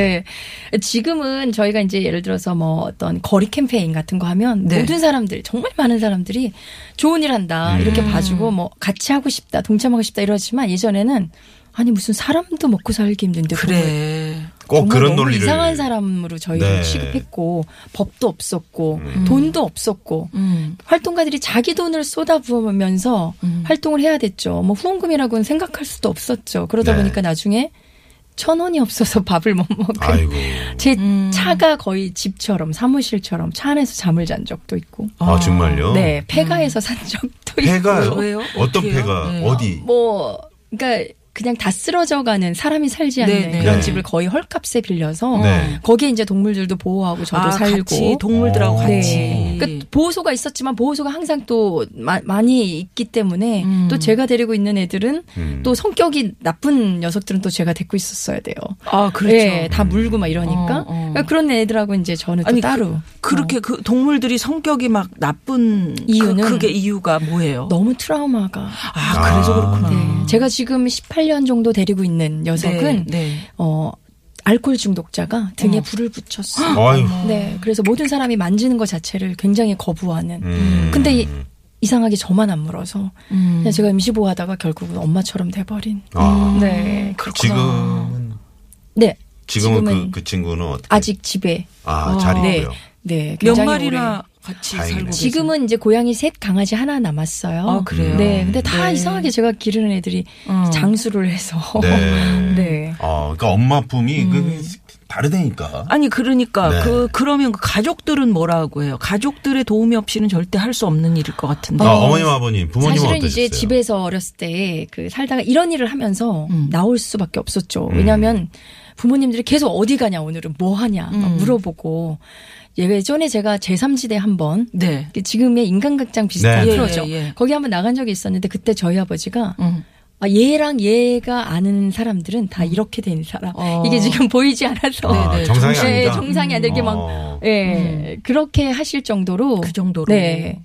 Speaker 7: 네. 지금은 저희가 이제 예를 들어서 뭐 어떤 거리 캠페인 같은 거 하면
Speaker 3: 네.
Speaker 7: 모든 사람들 정말 많은 사람들이 좋은 일 한다 이렇게 봐주고 뭐 같이 하고 싶다 동참하고 싶다 이러지만 예전에는 아니 무슨 사람도 먹고 살기 힘든데 그걸
Speaker 3: 그래.
Speaker 6: 꼭
Speaker 7: 정말
Speaker 6: 그런
Speaker 7: 너무
Speaker 6: 논리를
Speaker 7: 이상한 사람으로 저희를
Speaker 6: 네. 음.
Speaker 7: 취급했고 법도 없었고 돈도 없었고
Speaker 3: 음.
Speaker 7: 활동가들이 자기 돈을 쏟아부으면서 활동을 해야 됐죠. 뭐 후원금이라고는 생각할 수도 없었죠. 그러다
Speaker 6: 네.
Speaker 7: 보니까 나중에 천 원이 없어서 밥을 못 먹은
Speaker 6: 아이고.
Speaker 7: 제
Speaker 3: 음.
Speaker 7: 차가 거의 집처럼 사무실처럼 차 안에서 잠을 잔 적도 있고
Speaker 6: 아 정말요?
Speaker 7: 네 폐가에서
Speaker 3: 음.
Speaker 7: 산 적도
Speaker 6: 폐가요?
Speaker 7: 있고
Speaker 3: 왜요?
Speaker 6: 어떤
Speaker 3: 어떻게요?
Speaker 6: 폐가
Speaker 3: 네.
Speaker 6: 어디?
Speaker 7: 뭐 그러니까 그냥 다 쓰러져가는 사람이 살지 않는
Speaker 3: 네, 네.
Speaker 7: 그런
Speaker 6: 네.
Speaker 7: 집을 거의 헐값에 빌려서
Speaker 6: 네.
Speaker 7: 거기에 이제 동물들도 보호하고 저도
Speaker 3: 아,
Speaker 7: 살고
Speaker 3: 같이 동물들하고
Speaker 6: 어.
Speaker 3: 같이.
Speaker 6: 네.
Speaker 7: 그러니까 보호소가 있었지만 보호소가 항상 또 마- 많이 있기 때문에
Speaker 3: 음.
Speaker 7: 또 제가 데리고 있는 애들은
Speaker 6: 음.
Speaker 7: 또 성격이 나쁜 녀석들은 또 제가 데리고 있었어야 돼요.
Speaker 3: 아, 그렇죠.
Speaker 7: 예,
Speaker 6: 음.
Speaker 7: 다 물고 막 이러니까
Speaker 3: 어, 어.
Speaker 7: 그러니까 그런 애들하고 이제 저는 또
Speaker 3: 아니,
Speaker 7: 따로
Speaker 3: 그렇게 그 동물들이 성격이 막 나쁜
Speaker 7: 이유는
Speaker 3: 그, 게 이유가 뭐예요?
Speaker 7: 어, 너무 트라우마가
Speaker 3: 아, 그래서
Speaker 6: 아.
Speaker 3: 그렇구나.
Speaker 7: 네. 제가 지금 18년 정도 데리고 있는 녀석은
Speaker 3: 네.
Speaker 7: 어 알코올 중독자가 등에
Speaker 3: 어.
Speaker 7: 불을 붙였어요.
Speaker 6: 아유.
Speaker 7: 네, 그래서 모든 사람이 만지는 것 자체를 굉장히 거부하는.
Speaker 6: 음.
Speaker 7: 근데 이- 이상하게 저만 안 물어서
Speaker 3: 음.
Speaker 7: 그냥 제가 임시 보호하다가 결국은 엄마처럼 돼버린.
Speaker 6: 아,
Speaker 7: 네, 그렇-
Speaker 6: 지금은
Speaker 7: 네
Speaker 6: 지금은
Speaker 7: 지금은
Speaker 6: 그, 그 친구는 어떻게?
Speaker 7: 아직 집에
Speaker 6: 아, 잘
Speaker 7: 네,
Speaker 6: 있고요.
Speaker 7: 네,
Speaker 3: 몇
Speaker 7: 굉장히
Speaker 3: 마리나
Speaker 7: 오래.
Speaker 3: 같이
Speaker 6: 다행이네.
Speaker 3: 살고 계세요?
Speaker 7: 지금은 이제 고양이 셋, 강아지 하나 남았어요.
Speaker 3: 아, 그래요?
Speaker 7: 네, 근데 다
Speaker 3: 네.
Speaker 7: 이상하게 제가 기르는 애들이
Speaker 3: 음.
Speaker 7: 장수를 해서.
Speaker 6: 어. 네.
Speaker 7: 네.
Speaker 6: 어, 그러니까 엄마 품이
Speaker 7: 음.
Speaker 6: 그 다르다니까.
Speaker 3: 아니 그러니까
Speaker 6: 네.
Speaker 3: 그 그러면 그 가족들은 뭐라고 해요? 가족들의 도움이 없이는 절대 할 수 없는 일일 것 같은데.
Speaker 6: 아, 어머님 아버님 부모님은
Speaker 7: 사실은
Speaker 6: 어떠셨어요?
Speaker 7: 이제 집에서 어렸을 때 그 살다가 이런 일을 하면서
Speaker 3: 음.
Speaker 7: 나올 수밖에 없었죠.
Speaker 6: 음.
Speaker 7: 왜냐하면 부모님들이 계속 어디 가냐 오늘은 뭐 하냐 막
Speaker 3: 음.
Speaker 7: 물어보고 예전에 제가 제3지대 한번
Speaker 3: 네.
Speaker 7: 그 지금의 인간극장 비슷한
Speaker 6: 네.
Speaker 7: 프로죠.
Speaker 3: 예, 예, 예.
Speaker 7: 거기 한번 나간 적이 있었는데 그때 저희 아버지가
Speaker 3: 음.
Speaker 7: 아, 얘랑 얘가 아는 사람들은 다 이렇게 된 사람.
Speaker 3: 어.
Speaker 7: 이게 지금 보이지 않아서
Speaker 6: 아,
Speaker 3: 네네.
Speaker 6: 정상이
Speaker 7: 예,
Speaker 6: 아니다.
Speaker 7: 정상이 안 되게 막
Speaker 6: 어.
Speaker 7: 예, 그렇게 하실 정도로
Speaker 3: 음. 그 정도로.
Speaker 7: 네.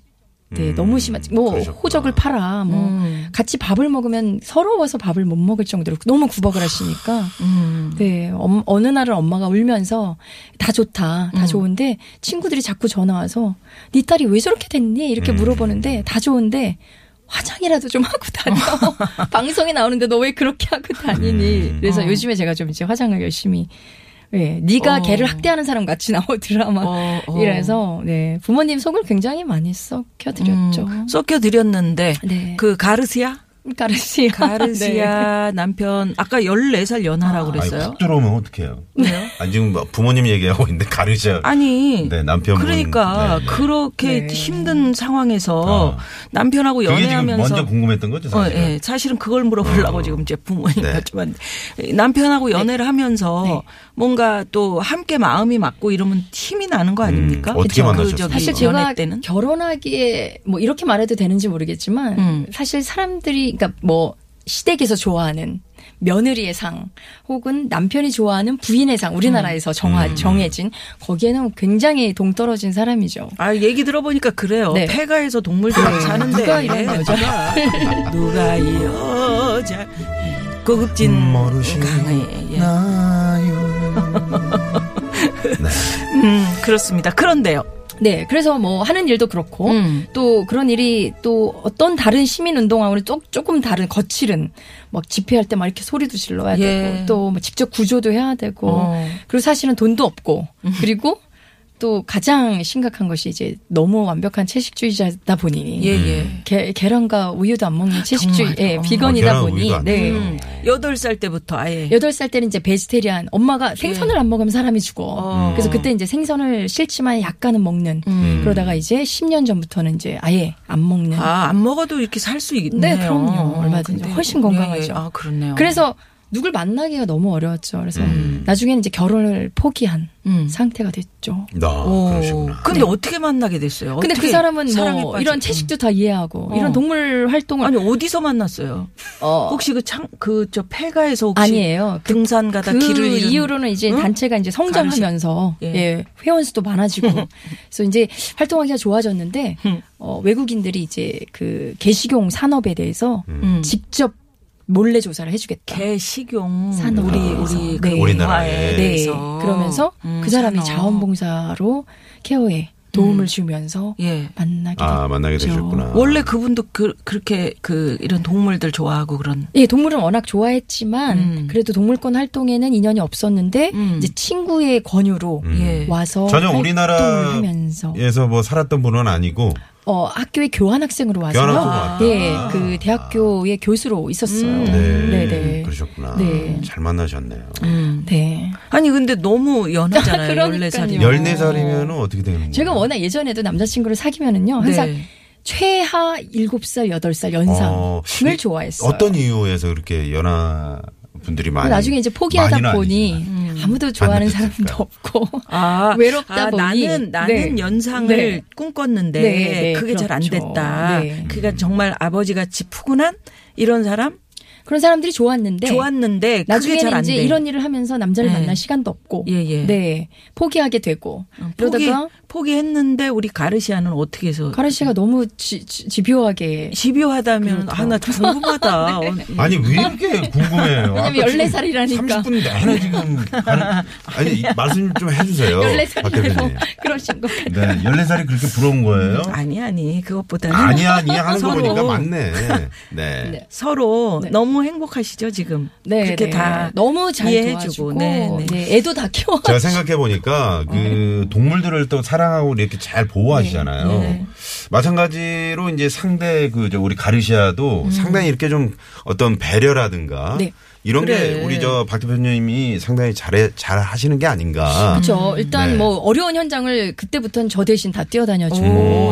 Speaker 7: 네,
Speaker 6: 음,
Speaker 7: 너무 심하지. 뭐
Speaker 6: 그러셨구나.
Speaker 7: 호적을 팔아. 뭐
Speaker 3: 음.
Speaker 7: 같이 밥을 먹으면 서러워서 밥을 못 먹을 정도로 너무 구박을 하시니까.
Speaker 3: 음.
Speaker 7: 네, 엄- 어느 날은 엄마가 울면서 다 좋다, 다 좋은데 친구들이 자꾸 전화 와서 네 딸이 왜 저렇게 됐니? 이렇게
Speaker 6: 음.
Speaker 7: 물어보는데 다 좋은데 화장이라도 좀 하고 다녀. 방송에 나오는데 너 왜 그렇게 하고 다니니?
Speaker 6: 음.
Speaker 7: 그래서
Speaker 3: 어.
Speaker 7: 요즘에 제가 좀 이제 화장을 열심히 네, 네가
Speaker 3: 어.
Speaker 7: 걔를 학대하는 사람 같이 나오 드라마
Speaker 3: 어, 어.
Speaker 7: 이래서 네 부모님 속을 굉장히 많이 썩혀드렸죠.
Speaker 3: 음. 섞여 드렸는데
Speaker 7: 네.
Speaker 3: 그 가르시아
Speaker 7: 가르시아.
Speaker 3: 가르시아 남편 아까 14살 연하라고
Speaker 6: 아니,
Speaker 3: 그랬어요.
Speaker 6: 푹 들어오면 어떡해요?
Speaker 3: 왜요?
Speaker 6: 아니, 지금 뭐 부모님 얘기하고 있는데 가르쳐.
Speaker 3: 아니
Speaker 6: 네, 남편분.
Speaker 3: 그러니까
Speaker 6: 네, 네.
Speaker 3: 그렇게
Speaker 7: 네.
Speaker 3: 힘든 상황에서
Speaker 6: 아.
Speaker 3: 남편하고
Speaker 6: 그게 지금
Speaker 3: 연애하면서
Speaker 6: 먼저 궁금했던 거죠,
Speaker 3: 어,
Speaker 6: 사실은.
Speaker 3: 예. 사실은 그걸 물어보려고
Speaker 6: 어.
Speaker 3: 지금 제 부모님
Speaker 6: 네.
Speaker 3: 같지만 남편하고 연애를 하면서
Speaker 7: 네.
Speaker 3: 뭔가 또 함께 마음이 맞고 이러면 힘이 나는 거 아닙니까?
Speaker 6: 음, 어떻게
Speaker 3: 그쵸? 그
Speaker 6: 만나셨어요?
Speaker 3: 저기
Speaker 7: 사실
Speaker 3: 연애
Speaker 7: 제가
Speaker 3: 때는
Speaker 7: 결혼하기에 뭐 이렇게 말해도 되는지 모르겠지만
Speaker 3: 음.
Speaker 7: 사실 사람들이 그러니까 뭐 시댁에서 좋아하는 며느리의 상 혹은 남편이 좋아하는 부인의 상
Speaker 3: 음.
Speaker 7: 우리나라에서 정하, 정해진 거기에는 굉장히 동떨어진 사람이죠.
Speaker 3: 아 얘기 들어보니까 그래요.
Speaker 7: 네.
Speaker 3: 폐가에서 동물들
Speaker 7: 네.
Speaker 3: 사는데
Speaker 7: 누가 이런 여자?
Speaker 3: 누가, 누가 이 여자 예, 고급진
Speaker 6: 음, 모르시나?
Speaker 3: 강의 음, 예.
Speaker 6: 네.
Speaker 3: 음 그렇습니다. 그런데요.
Speaker 7: 네, 그래서 뭐 하는 일도 그렇고
Speaker 3: 음.
Speaker 7: 또 그런 일이 또 어떤 다른 시민 운동하고는 쪼- 조금 다른 거칠은 막 집회할 때 막 이렇게 소리도 질러야
Speaker 3: 예.
Speaker 7: 되고 또뭐 직접 구조도 해야 되고
Speaker 3: 어. 음.
Speaker 7: 그리고 사실은 돈도 없고 그리고 또 가장 심각한 것이 이제 너무 완벽한 채식주의자다 보니
Speaker 3: 예 예.
Speaker 7: 계, 계란과 우유도 안 먹는
Speaker 3: 정말요?
Speaker 7: 채식주의 예,
Speaker 3: 어.
Speaker 6: 아,
Speaker 7: 비건이다
Speaker 6: 계란,
Speaker 7: 보니
Speaker 6: 우유도 안
Speaker 7: 네.
Speaker 6: 먹어요.
Speaker 3: 음, 여덟 살 때부터 아예.
Speaker 7: 여덟 살 때는 이제 베지테리안 엄마가 생선을 안 먹으면 사람이 죽어.
Speaker 3: 네. 어.
Speaker 7: 그래서 그때 이제 생선을 싫지만 약간은 먹는.
Speaker 3: 음.
Speaker 7: 그러다가 이제 10년 전부터는 이제 아예 안 먹는.
Speaker 3: 아, 안 먹어도 이렇게 살 수 있네요.
Speaker 7: 네, 그럼요. 얼마든지.
Speaker 3: 근데,
Speaker 7: 훨씬 건강하죠.
Speaker 3: 예, 예. 아, 그렇네요.
Speaker 7: 그래서 누굴 만나기가 너무 어려웠죠. 그래서
Speaker 6: 음.
Speaker 7: 나중에는 이제 결혼을 포기한
Speaker 3: 음.
Speaker 7: 상태가 됐죠.
Speaker 6: 나
Speaker 3: 오,
Speaker 6: 아, 그러시구나.
Speaker 3: 근데
Speaker 7: 네.
Speaker 3: 어떻게 만나게 됐어요?
Speaker 7: 근데 그
Speaker 3: 어떻게
Speaker 7: 사람은
Speaker 3: 사랑에
Speaker 7: 뭐
Speaker 3: 빠지고.
Speaker 7: 이런 채식도 다 이해하고
Speaker 3: 어.
Speaker 7: 이런 동물 활동을
Speaker 3: 아니 어디서 만났어요?
Speaker 7: 어,
Speaker 3: 혹시 그 창 그 저 폐가에서 혹시
Speaker 7: 아니에요. 그,
Speaker 3: 등산 가다
Speaker 7: 그
Speaker 3: 길을 잃은-
Speaker 7: 이후로는 이제
Speaker 3: 응?
Speaker 7: 단체가 이제 성장하면서
Speaker 3: 예.
Speaker 7: 예. 회원 수도 많아지고 그래서 이제 활동하기가 좋아졌는데
Speaker 3: 음.
Speaker 7: 어, 외국인들이 이제 그 개식용 산업에 대해서
Speaker 3: 음.
Speaker 7: 직접 몰래 조사를 해주겠다.
Speaker 3: 개 식용
Speaker 7: 산업.
Speaker 3: 우리
Speaker 7: 아,
Speaker 3: 우리 그
Speaker 7: 네.
Speaker 6: 우리나라에.
Speaker 7: 네.
Speaker 3: 대해서.
Speaker 7: 그러면서
Speaker 3: 음,
Speaker 7: 그 사람이
Speaker 3: 산업. 음.
Speaker 7: 자원봉사로 케어에 도움을 주면서
Speaker 3: 예.
Speaker 7: 만나게
Speaker 6: 아,
Speaker 7: 됐죠.
Speaker 6: 만나게 되셨구나.
Speaker 3: 원래 그분도 그 그렇게 그 이런 동물들 좋아하고 그런
Speaker 7: 예, 동물은 워낙 좋아했지만
Speaker 3: 음.
Speaker 7: 그래도 동물권 활동에는 인연이 없었는데
Speaker 3: 음.
Speaker 7: 이제 친구의 권유로
Speaker 6: 음.
Speaker 3: 예.
Speaker 7: 와서
Speaker 6: 전혀
Speaker 7: 활동을
Speaker 6: 우리나라-
Speaker 7: 하면서
Speaker 6: 에서 뭐 살았던 분은 아니고
Speaker 7: 어 학교에 교환학생으로 와서
Speaker 6: 교환학생으로 왔다.
Speaker 7: 예, 그 대학교의 교수로 있었어요.
Speaker 3: 음.
Speaker 6: 네.
Speaker 7: 네, 네.
Speaker 6: 그러셨구나.
Speaker 7: 네.
Speaker 6: 잘 만나셨네요.
Speaker 3: 음.
Speaker 7: 네.
Speaker 3: 아니 근데 너무 연하잖아요.
Speaker 7: 그러니까요.
Speaker 3: 14살이.
Speaker 7: 열-
Speaker 6: 14살이면 어떻게 되는 거예요?
Speaker 7: 제가 워낙 예전에도 남자친구를 사귀면은요 항상
Speaker 3: 네.
Speaker 7: 최하 7살, 8살
Speaker 6: 어,
Speaker 7: 연상을
Speaker 6: 이-
Speaker 7: 좋아했어요.
Speaker 6: 어떤 이유에서 그렇게 연하 분들이 많이
Speaker 7: 나중에 이제 포기하다
Speaker 6: 많이는
Speaker 7: 보니 음.
Speaker 6: 아니지만.
Speaker 7: 아무도 좋아하는
Speaker 6: 만났을 거야.
Speaker 7: 사람도 없고
Speaker 3: 아,
Speaker 7: 외롭다
Speaker 3: 아,
Speaker 7: 보니.
Speaker 3: 나는 나는
Speaker 7: 네.
Speaker 3: 연상을
Speaker 7: 네.
Speaker 3: 꿈꿨는데
Speaker 7: 네, 네,
Speaker 3: 그게 잘 안
Speaker 7: 그렇죠.
Speaker 3: 됐다.
Speaker 7: 네.
Speaker 3: 그러니까 정말 아버지 같이 푸근한 이런 사람
Speaker 7: 그런 사람들이 좋았는데
Speaker 3: 좋았는데 그게 잘
Speaker 7: 네. 나중에는
Speaker 3: 안
Speaker 7: 이제
Speaker 3: 돼.
Speaker 7: 이런 일을 하면서 남자를
Speaker 3: 네.
Speaker 7: 만날 시간도 없고
Speaker 3: 예, 예. 어,
Speaker 7: 네 포기하게 되고
Speaker 3: 포기,
Speaker 7: 그러다가
Speaker 3: 포기했는데 우리 가르시아는 어떻게 해서
Speaker 7: 가라 씨가 너무 지, 지, 집요하게 그러니까.
Speaker 3: 집요하다면 하나 궁금하다. 어,
Speaker 7: 네.
Speaker 6: 아니 왜 이렇게 궁금해요?
Speaker 7: 왜냐면 14살이라니까.
Speaker 6: 30분 내내 지금 가는 아니 이- 말씀 좀 해주세요. 박
Speaker 7: 14살이라고
Speaker 6: 대표님.
Speaker 7: 그러신 것 같아요.
Speaker 6: 네, 14살이 그렇게 부러운 거예요?
Speaker 3: 어, 아니 아니 그것보다는
Speaker 6: 아니 아니 하는 거
Speaker 3: 서로.
Speaker 6: 보니까 맞네. 네.
Speaker 7: 네.
Speaker 3: 서로
Speaker 7: 네.
Speaker 3: 너무 행복하시죠 지금.
Speaker 7: 네,
Speaker 3: 그렇게
Speaker 7: 네.
Speaker 3: 다
Speaker 7: 너무 잘
Speaker 3: 이해해주고,
Speaker 7: 이해해주고
Speaker 3: 네,
Speaker 7: 네,
Speaker 3: 네.
Speaker 7: 애도 다 키워.
Speaker 6: 제가 생각해 보니까 그
Speaker 7: 네.
Speaker 6: 동물들을 또 사랑하고 이렇게 잘 보호하시잖아요. 마찬가지로 이제 상대 그 저 우리 가르시아도 상당히 이렇게 좀 어떤 배려라든가
Speaker 7: 음. 네.
Speaker 6: 이런
Speaker 3: 그래.
Speaker 6: 게 우리 저 박 대표님이 상당히 잘해 잘 하시는 게 아닌가.
Speaker 7: 그렇죠.
Speaker 3: 음.
Speaker 7: 일단
Speaker 6: 네.
Speaker 7: 뭐 어려운 현장을 그때부터는 저 대신 다 뛰어다녀주고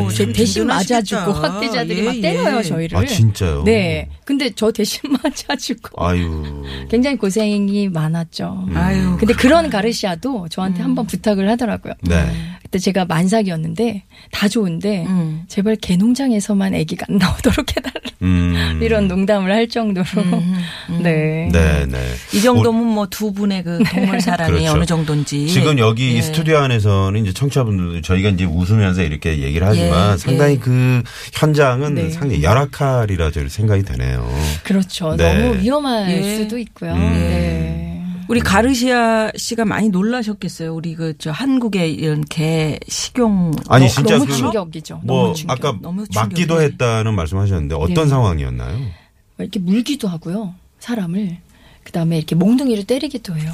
Speaker 3: 오,
Speaker 7: 제
Speaker 3: 좀
Speaker 7: 대신
Speaker 3: 든든하시겠다.
Speaker 7: 맞아주고 학대자들이 막
Speaker 3: 예,
Speaker 7: 때려요
Speaker 3: 예.
Speaker 7: 저희를.
Speaker 6: 아 예. 진짜요?
Speaker 7: 네. 근데 저 대신 맞아주고
Speaker 6: 아유. 음.
Speaker 7: 굉장히 고생이 많았죠.
Speaker 3: 아유
Speaker 7: 음.
Speaker 3: 음.
Speaker 7: 근데 그런 가르시아도 저한테 한번 부탁을 하더라고요.
Speaker 6: 네.
Speaker 7: 그때 제가 만삭이었는데 다 좋은데
Speaker 3: 음.
Speaker 7: 제발 개농장에서만 아기가 안 나오도록 해달라
Speaker 6: 음.
Speaker 7: 이런 농담을 할 정도로
Speaker 3: 음,
Speaker 7: 네.
Speaker 6: 네, 네.
Speaker 3: 이 정도면 뭐 두 분의 그 동물 사랑이
Speaker 6: 그렇죠.
Speaker 3: 어느 정도인지
Speaker 6: 지금 여기 이
Speaker 3: 예.
Speaker 6: 스튜디오 안에서는 이제 청취자분들 저희가 이제 웃으면서 이렇게 얘기를 하지만
Speaker 3: 예,
Speaker 6: 상당히
Speaker 3: 예.
Speaker 6: 그 현장은
Speaker 7: 네.
Speaker 6: 상당히 열악할이라 저 생각이 되네요.
Speaker 7: 그렇죠.
Speaker 6: 네.
Speaker 7: 너무 위험할
Speaker 3: 예.
Speaker 7: 수도 있고요.
Speaker 6: 음.
Speaker 7: 네.
Speaker 3: 우리 가르시아 씨가 많이 놀라셨겠어요. 우리 그 저 한국의 이런 개 식용
Speaker 6: 아니
Speaker 3: 너-
Speaker 6: 진짜
Speaker 7: 너무
Speaker 6: 그
Speaker 7: 충격이죠.
Speaker 6: 뭐
Speaker 7: 너무 충격.
Speaker 6: 아까
Speaker 3: 너무 충격.
Speaker 6: 맞기도 했다는 말씀하셨는데 어떤
Speaker 7: 네.
Speaker 6: 상황이었나요?
Speaker 7: 이렇게 물기도 하고요. 사람을 그다음에 이렇게 몽둥이를 때리기도 해요.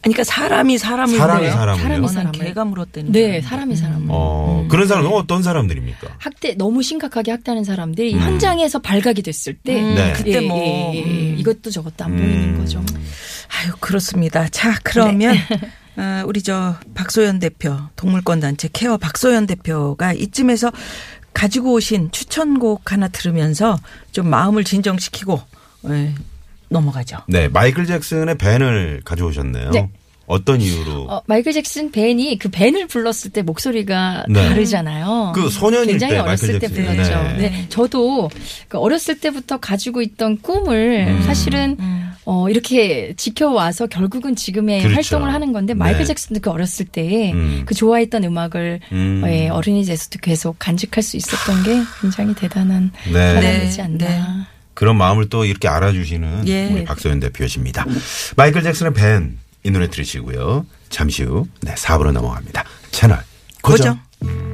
Speaker 3: 그러니까 사람이 사람을
Speaker 6: 사람이
Speaker 3: 물어요?
Speaker 6: 사람을요?
Speaker 7: 사람이
Speaker 3: 워낙
Speaker 7: 사람을.
Speaker 3: 개가 물었다는
Speaker 7: 네,
Speaker 3: 거니까.
Speaker 7: 사람이 사람.
Speaker 6: 어, 그런 사람은 어떤 사람들입니까?
Speaker 7: 학대 너무 심각하게 학대하는 사람들이 현장에서 발각이 됐을 때 예,
Speaker 3: 음,
Speaker 6: 음. 네.
Speaker 3: 그때 뭐, 음.
Speaker 7: 이것도 저것도 안 보이는
Speaker 6: 음.
Speaker 7: 거죠.
Speaker 3: 아유 그렇습니다. 자 그러면
Speaker 7: 네.
Speaker 3: 어, 우리 저 박소연 대표 동물권 단체 케어 박소연 대표가 이쯤에서 가지고 오신 추천곡 하나 들으면서 좀 마음을 진정시키고 예, 넘어가죠.
Speaker 6: 네, 마이클 잭슨의 밴을 가져오셨네요.
Speaker 7: 네.
Speaker 6: 어떤 이유로?
Speaker 7: 어, 마이클 잭슨 벤이 그 벤을 불렀을 때 목소리가
Speaker 6: 네.
Speaker 7: 다르잖아요.
Speaker 6: 그 소년일
Speaker 7: 굉장히
Speaker 6: 때
Speaker 7: 어렸을
Speaker 6: 마이클
Speaker 7: 때
Speaker 6: 잭슨이.
Speaker 7: 불렀죠.
Speaker 6: 네.
Speaker 7: 네. 저도 그 어렸을 때부터 가지고 있던 꿈을
Speaker 6: 음.
Speaker 7: 사실은 어, 이렇게 지켜와서 결국은 지금의
Speaker 6: 그렇죠.
Speaker 7: 활동을 하는 건데 마이클
Speaker 6: 네.
Speaker 7: 잭슨도 그 어렸을 때
Speaker 6: 음.
Speaker 7: 그 좋아했던 음악을
Speaker 6: 음.
Speaker 7: 예, 어른이 돼서도 계속 간직할 수 있었던 게 굉장히 대단한
Speaker 6: 네.
Speaker 7: 사람이지
Speaker 3: 네,
Speaker 7: 않나.
Speaker 3: 네.
Speaker 6: 그런 마음을 또 이렇게 알아주시는
Speaker 3: 예.
Speaker 6: 우리 박소연 대표십니다. 마이클 잭슨의 밴 이 노래 들으시고요. 잠시 후 네, 4부로 넘어갑니다. 채널 고정.
Speaker 3: 고정.